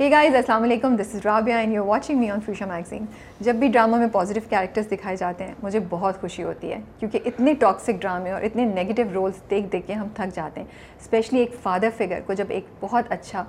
ہی guys السلام علیکم this is Rabia and you watching me on fuchsia magazine جب بھی ڈراموں میں پازیٹیو کیریکٹرس دکھائے جاتے ہیں مجھے بہت خوشی ہوتی ہے کیونکہ اتنے ٹاکسک ڈرامے اور اتنے نگیٹو رولس دیکھ دیکھ کے ہم تھک جاتے ہیں اسپیشلی ایک فادر فگر کو جب ایک بہت اچھا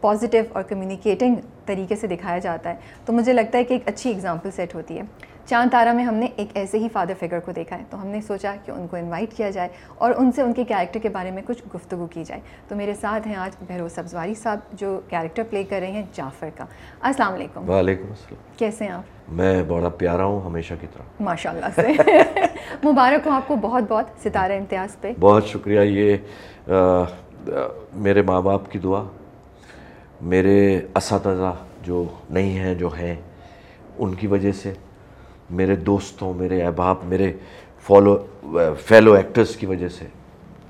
پازیٹیو اور کمیونیکیٹنگ طریقے سے دکھایا جاتا ہے تو مجھے لگتا ہے کہ ایک اچھی اگزامپل سیٹ ہوتی ہے چاند تارہ میں ہم نے ایک ایسے ہی فادر فگر کو دیکھا ہے تو ہم نے سوچا کہ ان کو انوائٹ کیا جائے اور ان سے ان کے کیریکٹر کے بارے میں کچھ گفتگو کی جائے تو میرے ساتھ ہیں آج بہروز سبزواری صاحب جو کیریکٹر پلے کر رہے ہیں جعفر کا السلام علیکم وعلیکم السلام کیسے ہیں آپ میں بڑا پیارا ہوں ہمیشہ کی طرح ماشاء اللہ سے مبارک ہو آپ کو بہت بہت ستارہ امتیاز پہ بہت شکریہ یہ آ، آ، میرے ماں باپ کی دعا میرے اساتذہ جو نہیں ہیں جو ہیں ان کی وجہ سے میرے دوستوں میرے احباب میرے فالو فیلو ایکٹرز کی وجہ سے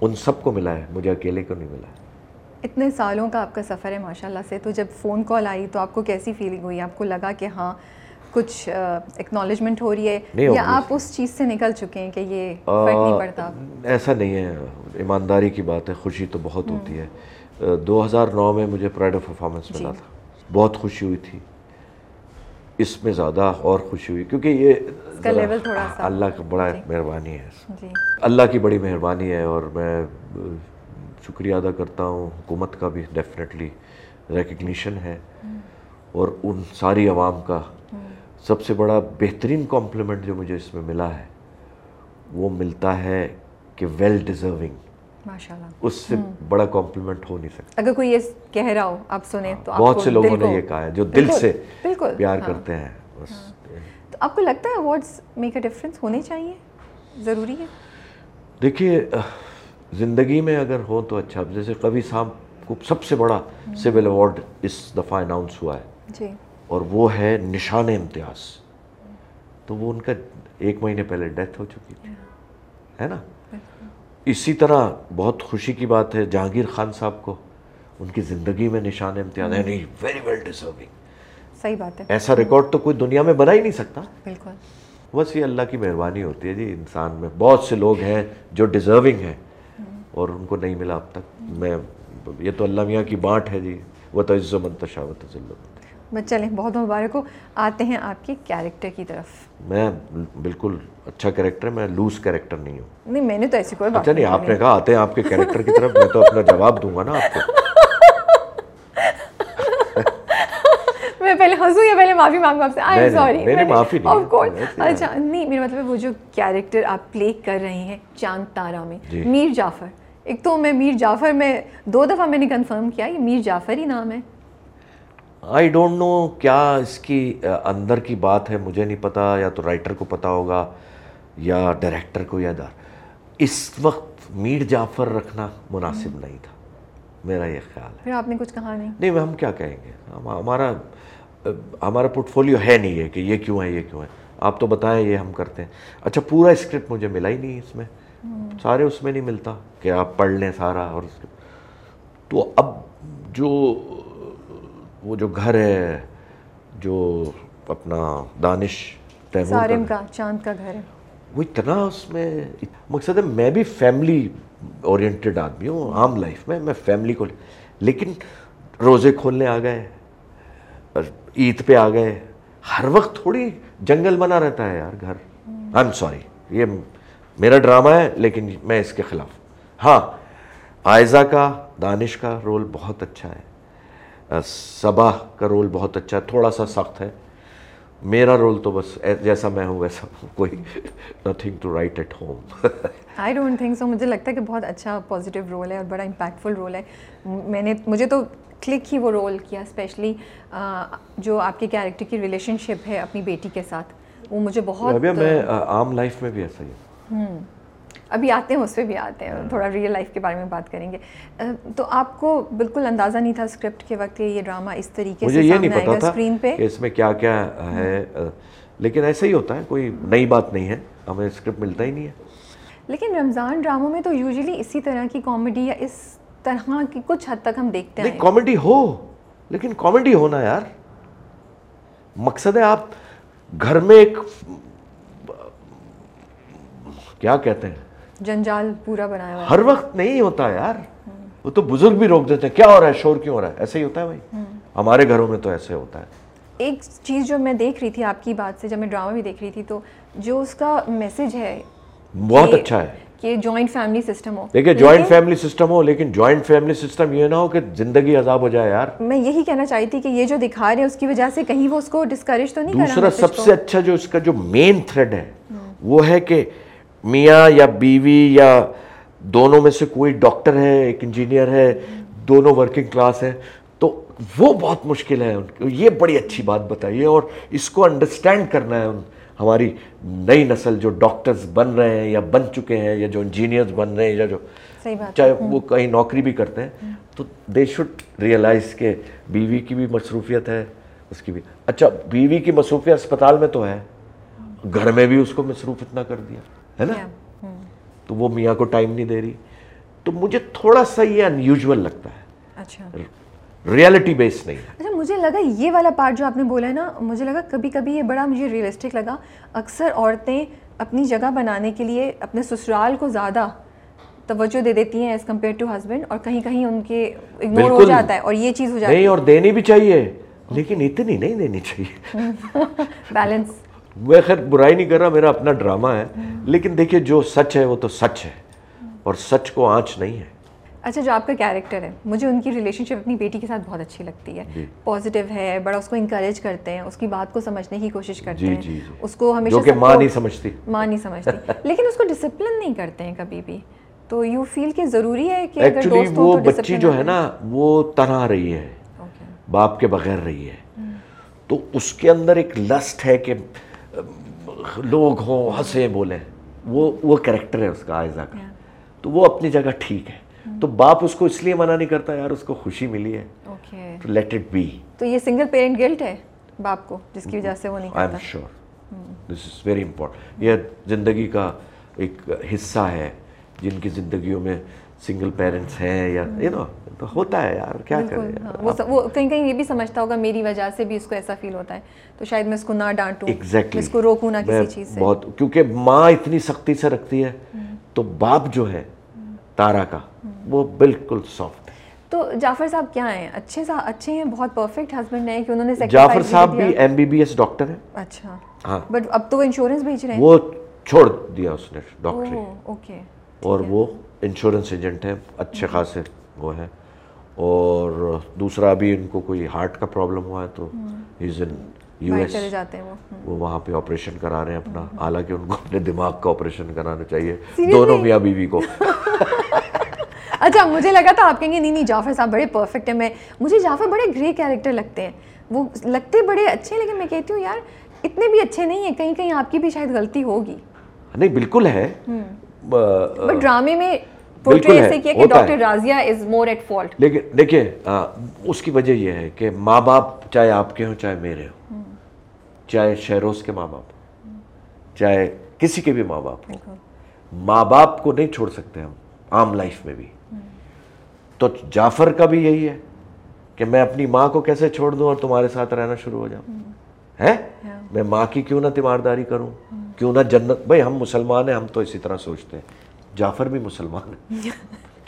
ان سب کو ملا ہے مجھے اکیلے کو نہیں ملا ہے اتنے سالوں کا آپ کا سفر ہے ماشاء اللہ سے تو جب فون کال آئی تو آپ کو کیسی فیلنگ ہوئی آپ کو لگا کہ ہاں کچھ اکنالجمنٹ ہو رہی ہے نہیں، یا obviously۔ آپ اس چیز سے نکل چکے ہیں کہ یہ فرق نہیں پڑتا ایسا نہیں ہے ایمانداری کی بات ہے خوشی تو بہت ہوتی ہے دو ہزار نو میں مجھے پرائڈ آف پرفارمنس ملا تھا بہت خوشی ہوئی تھی اس میں زیادہ اور خوشی ہوئی کیونکہ یہ اللہ کا بڑا مہربانی ہے جی اللہ کی بڑی مہربانی ہے اور میں شکریہ ادا کرتا ہوں حکومت کا بھی ڈیفینیٹلی ریکگنیشن ہے اور ان ساری عوام کا سب سے بڑا بہترین کمپلیمنٹ جو مجھے اس میں ملا ہے وہ ملتا ہے کہ ویل ڈیزرونگ ماشاء اللہ اس سے بڑا کمپلیمنٹ ہو نہیں سکتا اگر کوئی یہ کہہ رہا ہو آپ سنیں تو آپ بہت کو سے دل لوگوں نے کو- یہ کہا ہے جو دل بالکل، سے بالکل، پیار ہاں۔ کرتے ہیں بس تو آپ کو لگتا ہے ایوارڈس میک اے ڈفرینس ہونے چاہیے ضروری ہے دیکھیے زندگی میں اگر ہو تو اچھا جیسے کبھی صاحب کو سب سے بڑا سول ایوارڈ اس دفعہ اناؤنس ہوا ہے جی اور وہ ہے نشان امتیاز تو وہ ان کا ایک مہینے پہلے ڈیتھ ہو چکی تھی ہے نا اسی طرح بہت خوشی کی بات ہے جہانگیر خان صاحب کو ان کی زندگی میں نشان امتیاز یعنی ہے نہیں ویری ویل ڈیزرونگ صحیح بات ہے ایسا ریکارڈ تو کوئی دنیا میں بنا ہی نہیں سکتا بالکل بس یہ اللہ کی مہربانی ہوتی ہے جی انسان میں بہت سے لوگ ہیں جو ڈیزرونگ ہیں اور ان کو نہیں ملا اب تک میں یہ تو اللہ میاں کی بانٹ ہے جی وہ تو عز و منتشا و تذلت بس چلیں بہت مبارک ہو آتے ہیں آپ کے کیریکٹر کی طرف میں بالکل اچھا کریکٹر میں لوز کریکٹر نہیں ہوں نہیں میں نے تو ایسی کوئی بات اچھا نہیں آپ نے کہا آتے ہیں آپ کے کریکٹر کی طرف میں تو اپنا جواب دوں گا نا آپ کو میں پہلے ہنسوں یا پہلے معافی مانگوں آپ سے آئی ایم نہیں، سوری نہیں، نہیں، معافی نہیں، آف کورس ایسے ہی اچھا نہیں میرا مطلب ہے وہ جو کیریکٹر آپ پلے کر رہے ہیں چاند تارا میں جی۔ میر جعفر ایک تو میں میر جعفر میں دو دفعہ میں نے کنفرم کیا یہ میر جعفر ہی نام ہے آئی ڈونٹ نو کیا اس کی اندر کی بات ہے مجھے نہیں پتا یا تو رائٹر کو پتا ہوگا یا ڈائریکٹر کو یا دار اس وقت میر جعفر رکھنا مناسب نہیں تھا میرا یہ خیال ہے پھر آپ نے کچھ کہا نہیں نہیں ہم کیا کہیں گے ہمارا ہمارا پورٹ فولیو ہے نہیں ہے کہ یہ کیوں ہے یہ کیوں ہے آپ تو بتائیں یہ ہم کرتے ہیں اچھا پورا اسکرپٹ مجھے ملا ہی نہیں اس میں سارے اس میں نہیں ملتا کہ آپ پڑھ لیں سارا اور اس کے- تو اب جو وہ جو گھر ہے جو اپنا دانش تیمور کا سارم کا چاند کا گھر ہے وہ اتنا اس میں مقصد ہے میں بھی فیملی اورینٹڈ آدمی ہوں عام لائف میں میں فیملی کو لیکن روزے کھولنے آ گئے اور عید پہ آ گئے ہر وقت تھوڑی جنگل بنا رہتا ہے یار گھر آئی ایم سوری یہ میرا ڈرامہ ہے لیکن میں اس کے خلاف ہوں۔ ہاں آئزہ کا دانش کا رول بہت اچھا ہے صبا کا رول بہت اچھا ہے تھوڑا سا سخت ہے میرا رول تو بس اے- جیسا میں ہوں ویسا ہوں کوئی nothing to write at home I don't think so مجھے لگتا ہے کہ بہت اچھا پازیٹیو رول ہے اور بڑا امپیکٹفل رول ہے م- میں نے مجھے تو کلک ہی وہ رول کیا اسپیشلی جو آپ کے کیریکٹر کی ریلیشن شپ ہے اپنی بیٹی کے ساتھ وہ مجھے بہت اچھا۔ ابھی میں عام لائف میں بھی ایسا ہی ہوں ابھی آتے ہیں اس پہ بھی آتے ہیں تھوڑا ریئل لائف کے بارے میں بات کریں گے آ، تو آپ کو بالکل اندازہ نہیں تھا اسکرپٹ کے وقت کہ یہ ڈرامہ اس طریقے مجھے سے یہ نہیں سامنے آئے پتا گا تھا اسکرین پہ کہ اس میں کیا کیا ہے لیکن ایسا ہی ہوتا ہے کوئی نئی بات نہیں ہے ہمیں اسکرپٹ ملتا ہی نہیں ہے لیکن رمضان ڈراموں میں تو یوزلی اسی طرح کی کامیڈی یا اس طرح کی کچھ حد تک ہم دیکھتے ہیں نہیں کامیڈی ہو لیکن کامیڈی ہونا یار مقصد ہے آپ گھر میں ایک کیا کہتے ہیں جنجال پورا بنایا ہوا ہے ہر وقت نہیں ہوتا یار وہ تو بزرگ بھی روک دیتے ہیں کیا ہو رہا ہے شور کیوں ہو رہا ہے ایسا ہی ہوتا ہے بھائی ہمارے گھروں میں تو ایسے ہوتا ہے ایک چیز جو میں دیکھ رہی تھی آپ کی بات سے جب میں ڈرامہ بھی دیکھ رہی تھی تو جو اس کا میسج ہے جی۔ بہت اچھا ہے کہ جوائنٹ فیملی سسٹم ہو دیکھیے جوائنٹ فیملی سسٹم ہو لیکن جوائنٹ فیملی سسٹم یہ نہ ہو کہ زندگی عذاب ہو جائے یار میں یہی کہنا چاہتی تھی کہ یہ جو دکھا رہے ہیں اس کی وجہ سے کہیں وہ اس کو ڈسکریج تو نہیں دوسرا سب سے اچھا جو اس کا جو مین تھریڈ ہے وہ ہے کہ میاں یا بیوی یا دونوں میں سے کوئی ڈاکٹر ہے ایک انجینئر ہے دونوں ورکنگ کلاس ہیں تو وہ بہت مشکل ہے ان کو یہ بڑی اچھی بات بتائیے اور اس کو انڈرسٹینڈ کرنا ہے ان- ہماری نئی نسل جو ڈاکٹرز بن رہے ہیں یا بن چکے ہیں یا جو انجینئرز بن رہے ہیں یا جو صحیح بات چاہے وہ کہیں نوکری بھی کرتے ہیں تو دے شوڈ ریئلائز کہ بیوی کی بھی مصروفیت ہے اس کی بھی اچھا بیوی کی مصروفیت اسپتال میں تو ہے گھر میں بھی اس کو مصروف اتنا کر دیا ہے نا تو وہ میاں کو ٹائم نہیں دے رہی تو مجھے تھوڑا سا یہ انیوژل لگتا ہے اچھا ریئلٹی بیس نہیں اچھا مجھے لگا یہ والا پارٹ جو آپ نے بولا ہے نا مجھے لگا کبھی کبھی یہ بڑا مجھے ریئلسٹک لگا اکثر عورتیں اپنی جگہ بنانے کے لیے اپنے سسرال کو زیادہ توجہ دے دیتی ہیں ایز کمپیئر ٹو ہسبینڈ اور کہیں کہیں ان کے اگنور ہو بالکل۔ جاتا ہے اور یہ چیز ہو جاتی نہیں اور دینی بھی چاہیے لیکن اتنی نہیں دینی چاہیے ہے بیلنس میں خیر برائی نہیں کر رہا میرا اپنا ڈرامہ ہے لیکن دیکھیے جو سچ ہے وہ تو سچ ہے اور سچ کو آنچ نہیں ہے اچھا جو آپ کا کیریکٹر ہے مجھے ان کی ریلیشن شپ اپنی بیٹی کے ساتھ بہت اچھی لگتی جی۔ ہے پازیٹیو ہے بڑا اس کو انکریج کرتے ہیں اس کی بات کو سمجھنے کی کوشش کرتے جی جی ہیں اس کو ہمیشہ جو کہ سب ماں کو- نہیں سمجھتی ماں نہیں سمجھتی لیکن اس کو ڈسپلن نہیں کرتے ہیں کبھی بھی تو یو فیل کہ ضروری ہے کہ اگر ایکچولی دوست وہ ہو تو بچی جو ہے نا وہ تنہا رہی ہے اوکے باپ کے بغیر رہی ہے تو اس کے اندر ایک لسٹ ہے کہ لوگ ہوں ہنسے بولیں وہ وہ کریکٹر ہے اس کا آئزہ کا تو وہ اپنی جگہ ٹھیک ہے تو باپ اس کو اس لیے منع نہیں کرتا یار اس کو خوشی ملی ہے اوکے تو لیٹ اٹ بی تو یہ سنگل پیرنٹ گلٹ ہے باپ کو جس کی وجہ سے وہ نہیں آئی ایم کرتا sure this is very important یہ زندگی کا ایک حصہ ہے جن کی زندگیوں میں سنگل پیرنٹس ہیں یا یو نو تو ہوتا ہے یار کیا کریں بالکل ہاں، یار وہ وہ کہیں کہیں یہ بھی سمجھتا ہوگا میری وجہ سے بھی اس کو ایسا فیل ہوتا ہے تو شاید میں اس کو نہ ڈانٹوں ایگزیکٹلی اس کو روکوں نہ کسی چیز سے بہت کیونکہ ماں اتنی سختی سے رکھتی ہے تو باپ جو ہے تارا کا وہ بالکل سافٹ ہے تو جعفر صاحب کیا ہیں اچھے سا اچھے ہیں بہت پرفیکٹ ہسبینڈ ہیں کہ انہوں نے جعفر صاحب بھی M B B S doctor ہیں اچھا ہاں بٹ اب تو وہ انشورنس بھیج رہے ہیں وہ چھوڑ دیا اس نے ڈاکٹری اوکے اور وہ انشورنس ایجنٹ ہیں اچھے خاصے وہ ہیں اور دوسرا ابھی ان کو کوئی ہارٹ کا پرابلم ہوا ہے تو از ان یو باہر ایس چلے جاتے ہیں وہ وہ وہاں پہ آپریشن کرا رہے ہیں اپنا حالانکہ ان کو اپنے دماغ کا آپریشن کرانا چاہیے دونوں میاں بیوی کو اچھا مجھے لگا تھا آپ کہیں گے نہیں نہیں جعفر صاحب بڑے پرفیکٹ ہیں میں مجھے جعفر بڑے گرے کیریکٹر لگتے ہیں وہ لگتے بڑے اچھے ہیں لیکن میں کہتی ہوں یار اتنے بھی اچھے نہیں ہیں کہیں کہیں آپ کی بھی شاید غلطی ہوگی نہیں بالکل ہے آ، بٹ ڈرامے میں بالکل پورٹری ہے، ایسے کیا کہ ہوتا ہے۔ Doctor Razia is more at fault لیکن دیکھیے آ، اس کی وجہ یہ ہے کہ ماں باپ چاہے آپ کے ہوں چاہے میرے ہوں چاہے شہروز کے ماں باپ ہوں چاہے کسی کے بھی ماں باپ ہوں ماں باپ کو نہیں چھوڑ سکتے ہم عام لائف میں بھی تو جعفر کا بھی یہی ہے کہ میں اپنی ماں کو کیسے چھوڑ دوں اور تمہارے ساتھ رہنا شروع ہو جاؤں ہے میں ماں کی کیوں نہ تیمارداری کروں کیوں نہ جنت بھائی ہم مسلمان ہیں ہم تو اسی طرح سوچتے ہیں جعفر بھی مسلمان ہے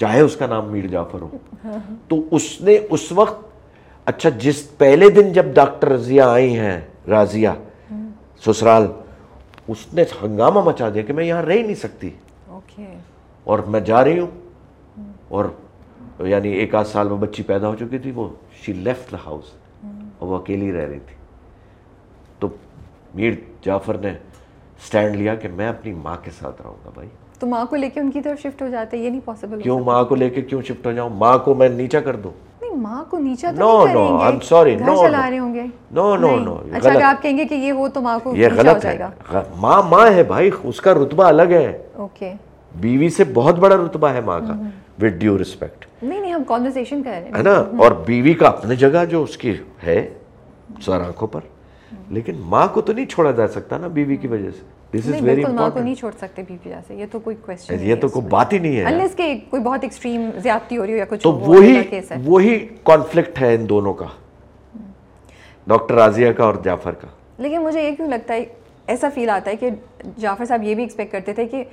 چاہے اس کا نام میر جعفر ہو تو اس نے اس وقت اچھا جس پہلے دن جب ڈاکٹر رضیہ آئی ہیں راضیہ سسرال اس نے ہنگامہ مچا دیا کہ میں یہاں رہ ہی نہیں سکتی اوکے اور میں جا رہی ہوں اور یعنی ایک آدھ سال میں بچی پیدا ہو چکی تھی وہ شی لیفٹ دا ہاؤس اور وہ اکیلی رہ رہی تھی تو میر جعفر نے اسٹینڈ لیا کہ میں اپنی ماں کے ساتھ رہوں گا بھائی تو ماں کو لے کے ان کی طرف شفٹ ہو جاتے یہ نہیں پاسبل کیوں ماں کو لے کے کیوں شفٹ ہو جاؤں ماں کو میں نیچا کر دوں نہیں ماں کو نیچا تو No, نہیں no, کریں I'm گے sorry, گھر no, چلا no. رہے ہوں گے No, no, نہیں. no, یہ اچھا اگر غلط آپ کہیں گے کہ یہ ہو تو ماں کو یہ نیچا ہو غلط ہے جائے گا غ- ماں ماں ہے بھائی اس کا رتبہ الگ ہے اوکے بیوی سے بہت بڑا رتبہ ہے ماں کا وتھ ڈیو ریسپیکٹ نہیں نہیں ہم کانورسیشن کر رہے ہیں ہے نا اور بیوی کا اپنے جگہ جو اس کی ہے سر آنکھوں پر لیکن ماں کو تو نہیں چھوڑا جا سکتا نا بیوی کی وجہ سے دس نہیں از ویری بالکل ماں کو نہیں امپورٹنٹ چھوڑ سکتے بی پی سے یہ تو کوئی کوشچن یہ تو کوئی بات ہی نہیں ہے انلیس کہ کوئی بہت ایکسٹریم زیادتی ہو رہی ہو یا کچھ تو ہو، وہ وہی الگ کیس ہے وہی کانفلکٹ ہے ان دونوں کا ڈاکٹر رازیہ کا اور جعفر کا لیکن مجھے یہ کیوں لگتا ہے ایسا فیل آتا ہے کہ جعفر صاحب یہ بھی ایکسپیکٹ کرتے تھے کہ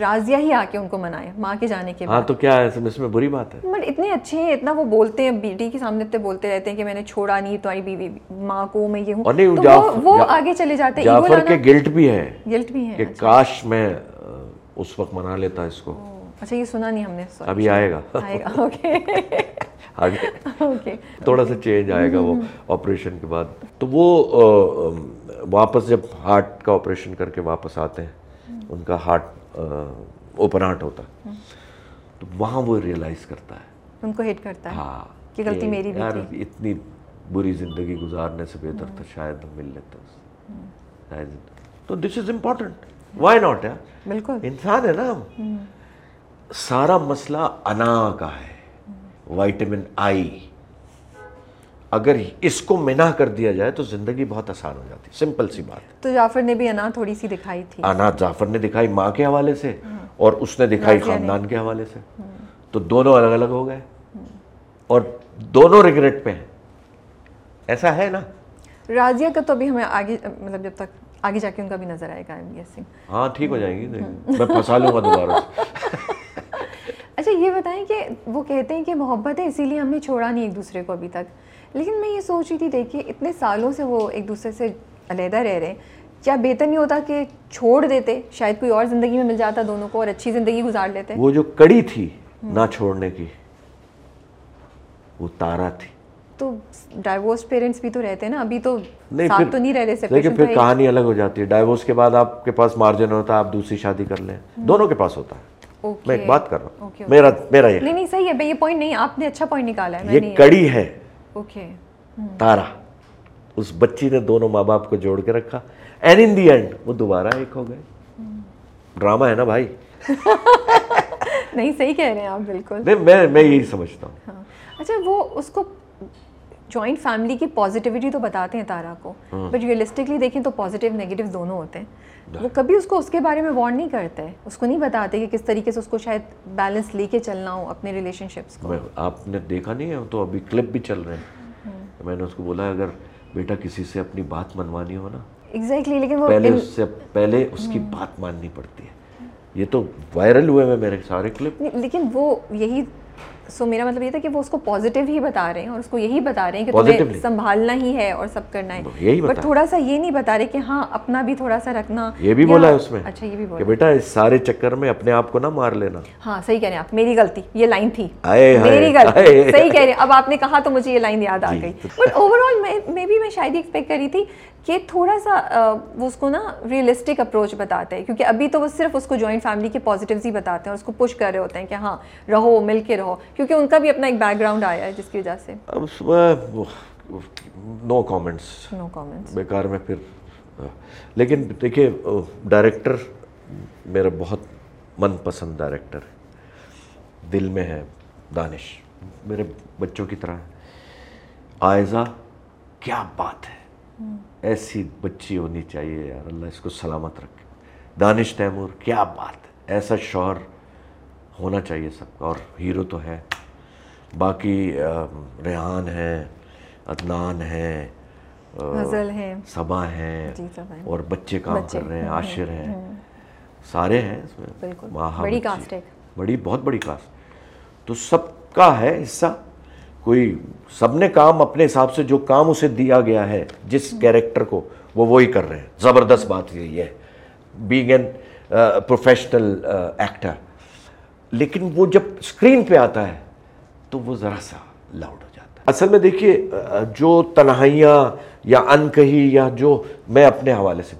راضیہ ہی آ کے ان کو منائے ماں کے جانے کے بعد ہاں تو کیا ہے اس میں بری بات ہے بٹ اتنے اچھے ہیں اتنا وہ بولتے ہیں بیٹی کے سامنے اتنے بولتے رہتے ہیں کہ میں نے چھوڑا نہیں تمہاری بیوی ماں کو میں یہ ہوں اور نہیں تو جعفر- وہ جع- آگے چلے جاتے ہیں جعفر کے گلٹ بھی ہے گلٹ بھی کہ ہیں کاش میں آ، اس وقت منا لیتا اس کو اچھا یہ سنا نہیں ہم نے sorry۔ ابھی آئے گا آئے گا اوکے آگے اوکے تھوڑا سا چینج آئے گا وہ آپریشن کے بعد تو وہ آ، آم، واپس جب ہارٹ کا آپریشن کر کے واپس آتے ہیں ان کا ہارٹ اوپن ہارٹ ہوتا ہے تو وہاں وہ ریئلائز کرتا ہے ان کو ہٹ کرتا ہے ہاں کہ غلطی میری بھی یار تھی اتنی بری زندگی گزارنے سے بہتر تھا شاید ہم مل لیتے اس سے۔ شاید تو this is important why not یار بالکل انسان ہے نا ہم سارا مسئلہ انا کا ہے وائٹمن آئی اگر اس کو منع کر دیا جائے تو زندگی بہت آسان ہو جاتی سمپل سی بات تو جعفر نے بھی انا تھوڑی سی دکھائی تھی انا جعفر نے دکھائی ماں کے حوالے سے اور اس نے دکھائی راضیہ نے۔ خاندان کے حوالے سے تو دونوں الگ الگ ہو گئے اور دونوں ریگریٹ پہ ہیں ایسا ہے نا راضیہ کا تو ابھی ہمیں آگے مطلب جب تک آگے جا کے ان کا بھی نظر آئے گا ایم گیس سنگھ ہاں ٹھیک ہو جائیں گی میں پھنسا لوں گا دوبارہ سے۔ اچھا یہ بتائیں کہ وہ کہتے ہیں کہ محبت ہے اسی لیے ہم نے چھوڑا نہیں ایک دوسرے کو ابھی تک لیکن میں یہ سوچ رہی تھی دیکھیے اتنے سالوں سے وہ ایک دوسرے سے علیحدہ رہ رہے ہیں کیا بہتر نہیں ہوتا کہ چھوڑ دیتے شاید کوئی اور زندگی میں مل جاتا دونوں کو اور اچھی زندگی گزار لیتے وہ جو کڑی تھی نہ چھوڑنے کی وہ تارا تھی تو ڈائیورس پیرنٹس بھی تو رہتے ہیں نا ابھی تو نہیں ساتھ تو نہیں رہ رہے لیکن separation پھر کا ایک- کہانی الگ ہو جاتی ہے ڈائیورس کے بعد آپ کے پاس مارجن ہوتا ہے آپ دوسری شادی کر لیں دونوں کے پاس ہوتا ہے میں ایک Okay. بات کر رہا Okay, ہوں okay. میرا میرا یہ نہیں نہیں صحیح ہے بھائی یہ پوائنٹ نہیں آپ نے اچھا پوائنٹ نکالا ہے میں یہ نہیں کڑی ہے اوکے تارا اس بچی نے دونوں ماں باپ کو جوڑ کے رکھا اینڈ ان دی اینڈ وہ دوبارہ ایک ہو گئے ڈرامہ ہے نا بھائی نہیں صحیح کہہ رہے ہیں آپ بالکل نہیں میں میں یہی سمجھتا ہوں ہاں اچھا وہ اس کو جوائنٹ فیملی کی پازیٹیوٹی تو بتاتے ہیں تارا کو بٹ ریئلسٹکلی دیکھیں تو پازیٹیو نگیٹیو دونوں ہوتے ہیں وہ کبھی اس کو اس کے بارے میں وارن نہیں کرتے اس کو نہیں بتاتے کہ کس طریقے سے اس کو شاید بیلنس لے کے چلنا ہو اپنے ریلیشن شپس کو میں آپ نے دیکھا نہیں ہے تو ابھی کلپ بھی چل رہے ہیں میں نے اس کو بولا اگر بیٹا کسی سے اپنی بات منوانی ہو نا ایگزیکٹلی لیکن وہ پہلے اس سے پہلے اس کی بات ماننی پڑتی ہے یہ تو وائرل ہوئے ہوئے میرے سارے کلپ لیکن وہ یہی سو میرا مطلب یہ تھا کہ وہ اس کو پازیٹیو ہی بتا رہے ہیں اور اس کو یہی بتا رہے ہیں کہ تمہیں سنبھالنا ہی ہے اور سب کرنا ہے بٹ تھوڑا سا یہ نہیں بتا رہے کہ ہاں اپنا بھی تھوڑا سا رکھنا یہ بھی بولا ہے اس میں اچھا یہ بھی کہ بیٹا اس سارے چکر میں اپنے آپ کو نہ مار لینا ہاں صحیح کہہ رہے ہیں آپ میری غلطی یہ لائن تھی آئے ہائے، میری غلطی آئے۔ جی۔ صحیح کہہ رہے ہیں اب آپ نے کہا تو مجھے یہ لائن یاد آ گئی بٹ اوور آل میں بھی میں شاید ایکسپیکٹ کری تھی کہ تھوڑا سا وہ اس کو نا ریئلسٹک اپروچ بتاتے ہیں کیونکہ ابھی تو وہ صرف اس کو جوائنٹ فیملی کے پازیٹیوز ہی بتاتے ہیں اور اس کو پش کر رہے ہوتے ہیں کہ ہاں رہو مل کے رہو کیونکہ ان کا بھی اپنا ایک بیک گراؤنڈ آیا ہے جس کی وجہ سے اب اس میں نو کامنٹس نو کامنٹس بیکار میں پھر لیکن دیکھیے ڈائریکٹر میرا بہت من پسند ڈائریکٹر ہے دل میں ہے دانش میرے بچوں کی طرح ہے آئزہ کیا بات ہے ایسی بچی ہونی چاہیے یار اللہ اس کو سلامت رکھے دانش تیمور کیا بات ہے ایسا شوہر ہونا چاہیے سب کا اور ہیرو تو ہے باقی ام، ریحان ہیں عدنان ہیں Oh۔ غزل ہیں صبا ہیں جی سب ہیں اور بچے کام کر رہے ہیں عاشر ہیں سارے ہیں اس میں بالکل ماہا بڑی بچی، کاسٹ ایک بڑی بہت بڑی کاسٹ تو سب کا ہے حصہ کوئی سب نے کام اپنے حساب سے جو کام اسے دیا گیا ہے جس کیریکٹر کو وہ وہی کر رہے ہیں زبردست بات یہی ہے uh, being an professional actor uh, لیکن وہ جب اسکرین پہ آتا ہے تو وہ ذرا سا لاؤڈ ہو جاتا ہے اصل میں دیکھیے آ، جو تنہائیاں یا ان کہی یا جو میں اپنے حوالے سے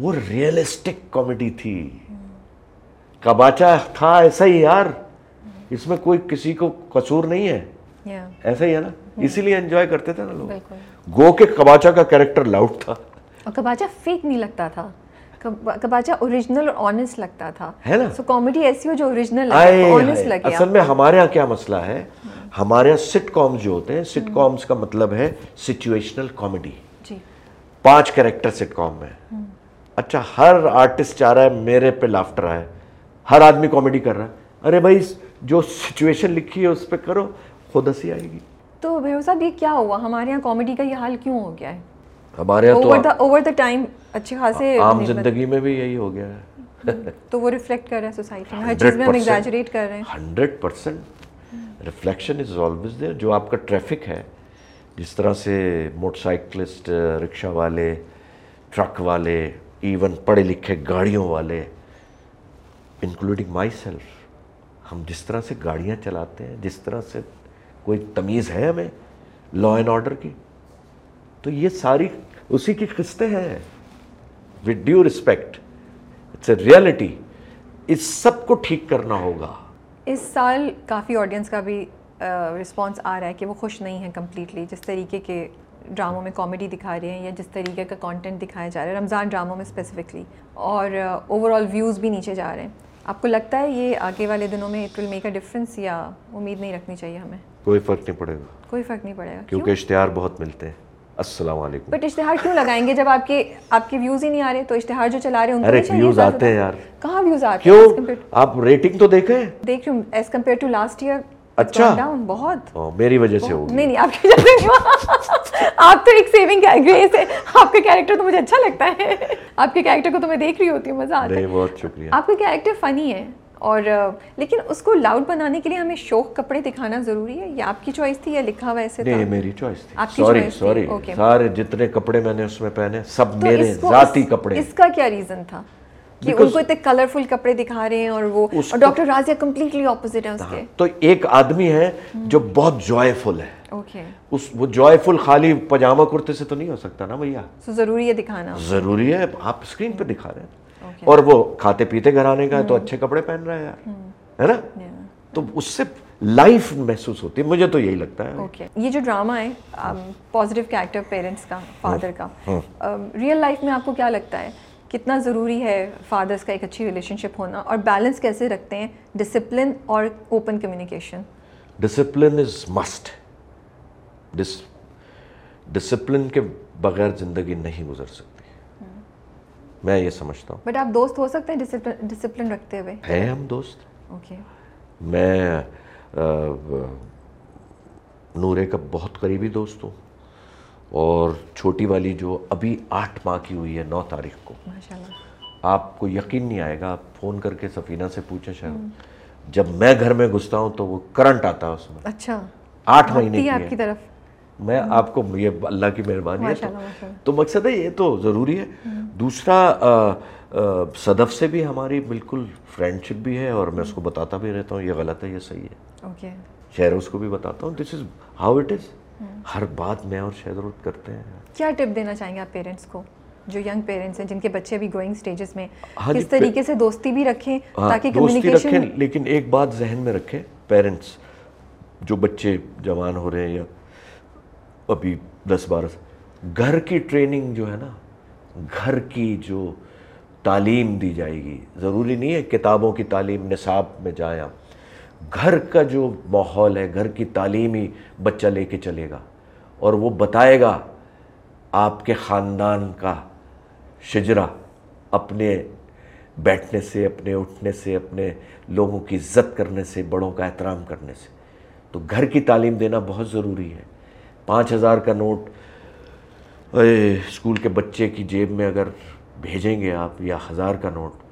وہ ریئلسٹک کامیڈی تھی کباچا تھا ایسا ہی یار اس میں کوئی کسی کو قصور نہیں ہے یا ایسا ہی ہے نا اسی لیے انجوائے کرتے تھے نا لوگ بالکل گو کے کباچا کا کیریکٹر لاؤڈ تھا اور کباچا فیک نہیں لگتا تھا کباچا اوریجنل اور آنےسٹ لگتا تھا ہے نا سو کامیڈی ایسی ہو جو اوریجنل آئے لگے آنےسٹ ہائے، لگے اصل میں ہمارے ہاں کیا مسئلہ ہے ہمارے ہاں سٹ کامز جو ہوتے ہیں سٹ کامز کا مطلب ہے سچویشنل کامیڈی جی پانچ کریکٹر سٹ کام میں اچھا ہر آرٹسٹ چاہ رہا ہے میرے پہ لافٹر آئے ہر آدمی کامیڈی کر رہا ہے ارے بھائی جو سچویشن لکھی ہے اس پہ کرو خود ہنسی آئے گی تو بھیرو صاحب یہ کیا ہوا ہمارے یہاں کامیڈی کا یہ حال کیوں ہو گیا ہے ہمارے یہاں اوور تو دا اوور دا ٹائم اچھے خاصے عام زندگی میں بھی یہی ہو گیا ہے تو وہ ریفلیکٹ کر رہا ہے سوسائٹی میں ہر چیز میں ہم ایگزیجریٹ کر رہے ہیں hundred percent reflection is always there جو آپ کا ٹریفک ہے جس طرح سے موٹر سائیکلسٹ رکشہ والے ٹرک والے ایون پڑھے لکھے گاڑیوں والے انکلوڈنگ مائی سیلف ہم جس طرح سے گاڑیاں چلاتے ہیں جس طرح سے کوئی تمیز ہے ہمیں لا اینڈ آرڈر کی تو یہ ساری اسی کی قسطیں ہیں with due respect it's a reality اس سب کو ٹھیک کرنا ہوگا اس سال کافی آڈینس کا بھی رسپانس آ رہا ہے کہ وہ خوش نہیں ہیں کمپلیٹلی جس طریقے کے ڈراموں میں کامیڈی دکھا رہے ہیں یا جس طریقے کا کانٹینٹ دکھایا جا رہا ہے رمضان ڈراموں میں اسپیسیفکلی اور اوور آل ویوز بھی نیچے جا رہے ہیں آپ کو لگتا ہے یہ آگے والے دنوں میں it will make a difference یا امید نہیں رکھنی چاہیے ہمیں کوئی فرق نہیں پڑے گا کوئی فرق نہیں پڑے گا کیوں کیونکہ اشتہار بہت ملتے ہیں السلام علیکم بٹ اشتہار کیوں لگائیں گے جب آپ کے آپ کے ویوز ہی نہیں آ رہے تو اشتہار جو چلا رہے ہیں ان کو ارے بھی چاہیے ویوز زیادہ آتے ہیں تر۔ یار کہاں ویوز آتے ہیں as کیوں compared- آپ ریٹنگ تو دیکھیں دیکھ رہی ہوں as compare to last year اچھا۔ ڈاؤن بہت میری وجہ سے ہوگی نہیں نہیں آپ کی آپ تو ایک سیونگ گریس ہے آپ کا کیریکٹر تو مجھے اچھا لگتا ہے آپ کے کیریکٹر کو تو میں دیکھ رہی ہوتی ہوں مزہ آتا ہے نہیں بہت شکریہ آپ کا کیریکٹر فنی ہے اور لیکن اس کو لاؤڈ بنانے کے لیے ہمیں شوق کپڑے دکھانا ضروری ہے یا آپ کی چوائس تھی یا لکھا ہوا ایسے نہیں تھا میری چوائس آپ کی تھی سوری choice تھی، سوری okay. سارے جتنے کپڑے میں نے اس میں پہنے سب تو میرے اس کو- ذاتی اس- کپڑے اس کا کیا ریزن تھا کہ ان Because- کو اتنے کلرفل کپڑے دکھا رہے ہیں اور وہ اس اور ڈاکٹر رازیہ کمپلیٹلی اپوزٹ ہے اس کے تو ایک آدمی ہے جو بہت جوائے فل ہے اوکے اس وہ جوائے فل خالی پاجامہ کرتے سے تو نہیں ہو سکتا نا بھیا سو ضروری ہے دکھانا ضروری ہے آپ اسکرین پہ دکھا رہے ہیں اور وہ کھاتے پیتے گھرانے کا ہے تو اچھے کپڑے پہن رہا ہے یار ہے نا تو اس سے لائف محسوس ہوتی ہے مجھے تو یہی لگتا ہے اوکے یہ جو ڈرامہ ہے um, پازیٹیو کیریکٹر پیرنٹس کا Hmm. فادر کا ریئل لائف میں آپ کو کیا لگتا ہے کتنا ضروری ہے فادرس کا ایک اچھی ریلیشن شپ ہونا اور بیلنس کیسے رکھتے ہیں ڈسپلن اور open communication discipline is must discipline کے بغیر زندگی نہیں گزر سکتی میں یہ سمجھتا ہوں بٹ آپ دوست ہو سکتے ہیں ڈسپلن رکھتے ہوئے ہیں ہم دوست اوکے میں نورے کا بہت قریبی دوست ہوں اور چھوٹی والی جو ابھی آٹھ ماہ کی ہوئی ہے نو تاریخ کو ماشاء اللہ آپ کو یقین نہیں آئے گا آپ فون کر کے سفینہ سے پوچھیں شاید جب میں گھر میں گھستا ہوں تو وہ کرنٹ آتا ہے اس میں اچھا آٹھ مہینے یہ کی آپ ہے کی طرف میں آپ کو یہ اللہ کی مہربانی ہے ماشاء تو اللہ ماشاء اللہ تو مقصد ہے یہ تو ضروری ہے دوسرا صدف سے بھی ہماری بالکل فرینڈ شپ بھی ہے اور میں اس کو بتاتا بھی رہتا ہوں یہ غلط ہے یہ صحیح ہے اوکے شہروز کو بھی بتاتا ہوں this is how it is ہر بات میں اور شہروز کرتے ہیں کیا ٹپ دینا چاہیں گے آپ پیرنٹس کو جو ینگ پیرنٹس ہیں جن کے بچے ابھی گروئنگ سٹیجز میں ہاں جی، کس طریقے سے دوستی بھی رکھیں ہاں تاکہ دوستی رکھیں کمیونیکیشن لیکن ایک بات ذہن میں رکھیں پیرنٹس جو بچے جوان ہو رہے ہیں یا ابھی دس بارہ سال، گھر کی ٹریننگ جو ہے نا گھر کی جو تعلیم دی جائے گی ضروری نہیں ہے کتابوں کی تعلیم نصاب میں جائیں آپ گھر کا جو ماحول ہے گھر کی تعلیم ہی بچہ لے کے چلے گا اور وہ بتائے گا آپ کے خاندان کا شجرا اپنے بیٹھنے سے اپنے اٹھنے سے اپنے لوگوں کی عزت کرنے سے بڑوں کا احترام کرنے سے تو گھر کی تعلیم دینا بہت ضروری ہے پانچ ہزار کا نوٹ اے، اسکول کے بچے کی جیب میں اگر بھیجیں گے آپ یا ہزار کا نوٹ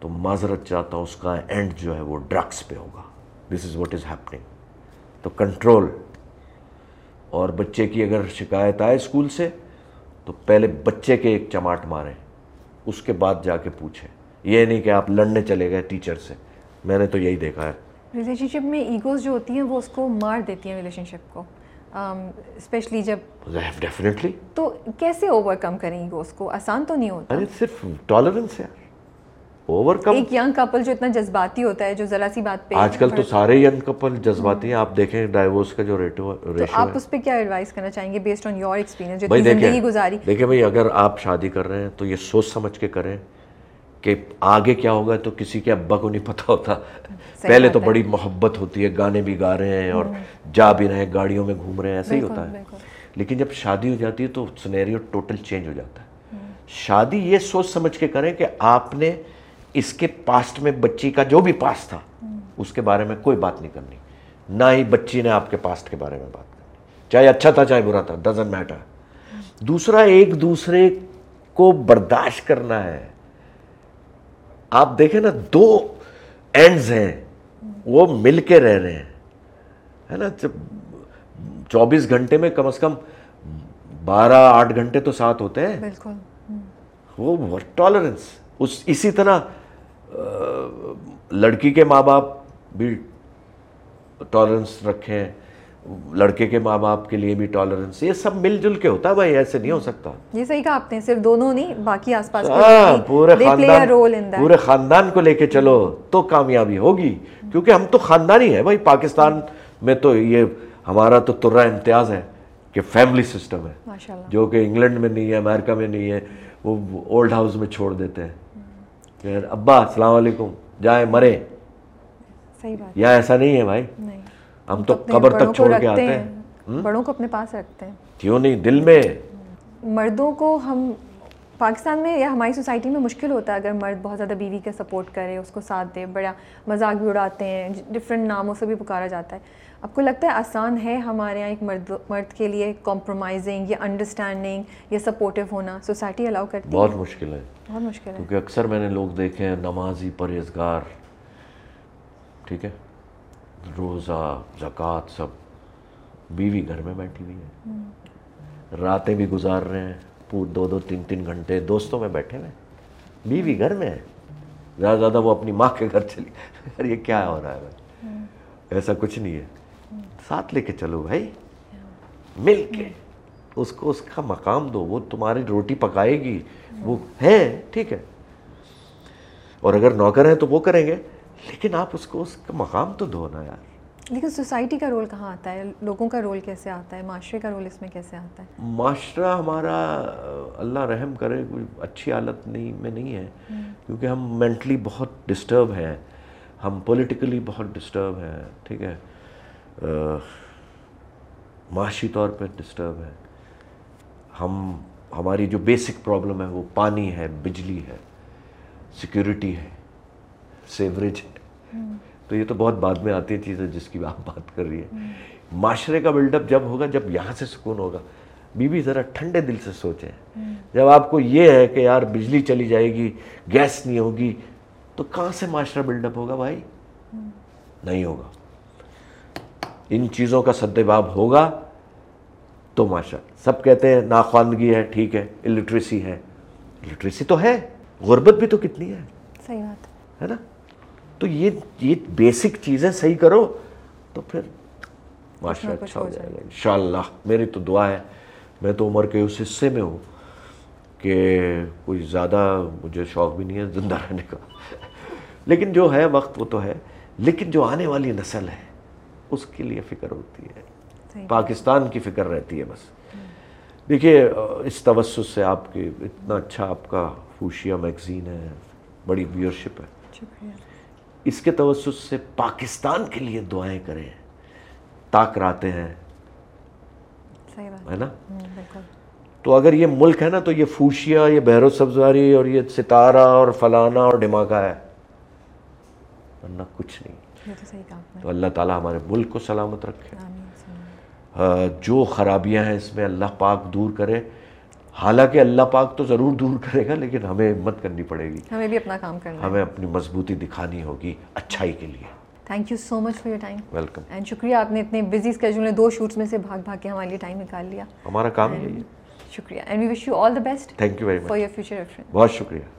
تو معذرت چاہتا ہوں اس کا اینڈ جو ہے وہ ڈرگس پہ ہوگا this is what is happening تو کنٹرول اور بچے کی اگر شکایت آئے اسکول سے تو پہلے بچے کے ایک چماٹ ماریں اس کے بعد جا کے پوچھیں یہ نہیں کہ آپ لڑنے چلے گئے ٹیچر سے میں نے تو یہی دیکھا ہے ریلیشن شپ میں ایگوز جو ہوتی ہیں وہ اس کو مار دیتی ہیں ریلیشن شپ کو اسپیشلی جب ڈیفینیٹلی تو کیسے اوور کم کریں ایگوز کو آسان تو نہیں ہوتا ارے صرف ٹالرنس ہے اوور کم ایک ینگ کپل جو اتنا جذباتی ہوتا ہے جو ذرا سی بات پہ آج کل تو سارے ینگ کپل جذباتی ہیں آپ دیکھیں ڈائیورس کا جو ریٹو تو ریشو آپ اس پہ کیا ایڈوائز کرنا چاہیں گے بیسڈ آن یور ایکسپیرینس جو بھائی اتنی زندگی گزاری دیکھیں دیکھیں بھائی اگر آپ شادی کر رہے ہیں تو یہ سوچ سمجھ کے کریں کہ آگے کیا ہوگا تو کسی کے ابا کو نہیں پتہ ہوتا پہلے تو بڑی محبت ہوتی ہے گانے بھی گا رہے ہیں اور جا بھی رہے ہیں گاڑیوں میں گھوم رہے ہیں ایسا ہی ہوتا ہے لیکن جب شادی ہو جاتی ہے تو سنیریو ٹوٹل چینج ہو جاتا ہے شادی یہ سوچ سمجھ کے کریں کہ آپ نے اس کے پاسٹ میں بچی کا جو بھی پاسٹ تھا اس کے بارے میں کوئی بات نہیں کرنی نہ ہی بچی نے آپ کے پاسٹ کے بارے میں بات کرنی چاہے اچھا تھا چاہے برا تھا ڈزن میٹر دوسرا ایک دوسرے کو برداشت کرنا ہے آپ دیکھیں نا دو اینڈز ہیں وہ مل کے رہ رہے ہیں ہے نا جب چوبیس گھنٹے میں کم از کم بارہ آٹھ گھنٹے تو ساتھ ہوتے ہیں بالکل وہ ٹالرنس اس اسی طرح لڑکی کے ماں باپ بھی ٹالرنس رکھیں لڑکے کے ماں باپ کے لیے بھی ٹالرنس یہ سب مل جل کے ہوتا ہے بھائی ایسے نہیں ہو سکتا یہ صحیح کہا آپ نے صرف دونوں نہیں باقی آس پاس ہاں پورے خاندان رول ان پورے خاندان کو لے کے چلو تو کامیابی ہوگی کیونکہ ہم تو خاندانی ہے بھائی پاکستان میں تو یہ ہمارا تو ترا امتیاز ہے کہ فیملی سسٹم ہے ماشاء اللہ جو کہ انگلینڈ میں نہیں ہے امریکہ میں نہیں ہے وہ اولڈ ہاؤس میں چھوڑ دیتے ہیں کہ ابا السلام علیکم جائیں مرے صحیح بات یہاں ایسا نہیں ہے بھائی نہیں ہم تو قبر تک چھوڑ کے آتے ہیں ہیں بڑوں کو اپنے پاس رکھتے ہیں کیوں نہیں دل میں مردوں کو ہم پاکستان میں یا ہماری سوسائٹی میں مشکل ہوتا ہے اگر مرد بہت زیادہ بیوی کا سپورٹ کرے اس کو ساتھ دے بڑا مذاق بھی اڑاتے ہیں ڈفرینٹ ناموں سے بھی پکارا جاتا ہے آپ کو لگتا ہے آسان ہے ہمارے یہاں ایک مرد مرد کے لیے کمپرومائزنگ یا انڈرسٹینڈنگ یا سپورٹیو ہونا سوسائٹی الاؤ کرتی ہے بہت مشکل ہے بہت مشکل ہے کیونکہ اکثر میں نے لوگ دیکھے ہیں نمازی پرہیزگار ٹھیک ہے روزہ زکوٰۃ سب بیوی گھر میں بیٹھی ہوئی ہے راتیں بھی گزار رہے ہیں پور دو دو تین تین گھنٹے دوستوں میں بیٹھے ہوئے ہیں بیوی گھر میں ہے زیادہ سے زیادہ وہ اپنی ماں کے گھر چلی یار یہ کیا ہو رہا ہے بھائی ایسا کچھ نہیں ہے ساتھ لے کے چلو بھائی مل کے اس کو اس کا مقام دو وہ تمہاری روٹی پکائے گی وہ ہے ٹھیک ہے اور اگر نوکر ہیں تو وہ کریں گے لیکن آپ اس کو اس کا مقام تو دو نا یار لیکن سوسائٹی کا رول کہاں آتا ہے لوگوں کا رول کیسے آتا ہے معاشرے کا رول اس میں کیسے آتا ہے معاشرہ ہمارا اللہ رحم کرے کوئی اچھی حالت نہیں میں نہیں ہے کیونکہ ہم مینٹلی بہت ڈسٹرب ہیں ہم پولیٹیکلی بہت ڈسٹرب ہیں ٹھیک ہے معاشی طور پہ ڈسٹرب ہیں ہم ہماری جو بیسک پرابلم ہے وہ پانی ہے بجلی ہے سیکیورٹی ہے سیوریج ہے تو یہ تو بہت بعد میں آتی ہے چیزیں جس کی آپ بات کر رہی ہیں معاشرے کا بلڈ اپ جب ہوگا جب یہاں سے سکون ہوگا بیوی ذرا ٹھنڈے دل سے سوچیں جب آپ کو یہ ہے کہ یار بجلی چلی جائے گی گیس نہیں ہوگی تو کہاں سے معاشرہ بلڈ اپ ہوگا بھائی نہیں ہوگا ان چیزوں کا سدباب ہوگا تو ماشاء سب کہتے ہیں ناخواندگی ہے ٹھیک ہے الٹریسی ہے الٹریسی تو ہے غربت بھی تو کتنی ہے صحیح بات ہے ہے نا تو یہ یہ بیسک چیزیں صحیح کرو تو پھر معاشرہ کچھ اچھا ہو ہو جائے گا ان شاء اللہ میری تو دعا ہے میں تو عمر کے اس حصے میں ہوں کہ کوئی زیادہ مجھے شوق بھی نہیں ہے زندہ رہنے کا لیکن جو ہے وقت وہ تو ہے لیکن جو آنے والی نسل ہے اس کے لیے فکر ہوتی ہے صحیح پاکستان کی فکر رہتی ہے بس دیکھیے آ، اس توسط سے آپ کے اتنا اچھا آپ کا خوشیہ میگزین ہے بڑی ویورشپ ہے شکریہ اس کے توسط سے پاکستان کے لیے دعائیں کریں تاک راتے ہیں صحیح بات ہے ہے نا ہوں، بالکل تو اگر یہ ملک ہے نا تو یہ فوشیہ یہ بحر سبزاری اور یہ ستارہ اور فلانا اور ڈھماکہ ہے ورنہ کچھ نہیں یہ تو صحیح کہا آپ نے تو اللہ تعالیٰ ہمارے ملک کو سلامت رکھے آمین سنو آ، جو خرابیاں ہیں اس میں اللہ پاک دور کرے حالانکہ اللہ پاک تو ضرور دور کرے گا لیکن ہمیں ہمت کرنی پڑے گی ہمیں بھی اپنا کام کرنا ہے ہمیں اپنی مضبوطی دکھانی ہوگی اچھائی کے لیے thank you so much for your time welcome and شکریہ آپ نے اتنے بزی اسکیجول میں دو شوٹس میں سے بھاگ بھاگ کے ہمارے لیے ٹائم نکال لیا ہمارا کام یہی ہے شکریہ and we wish you all the best thank you very much for your future reference بہت شکریہ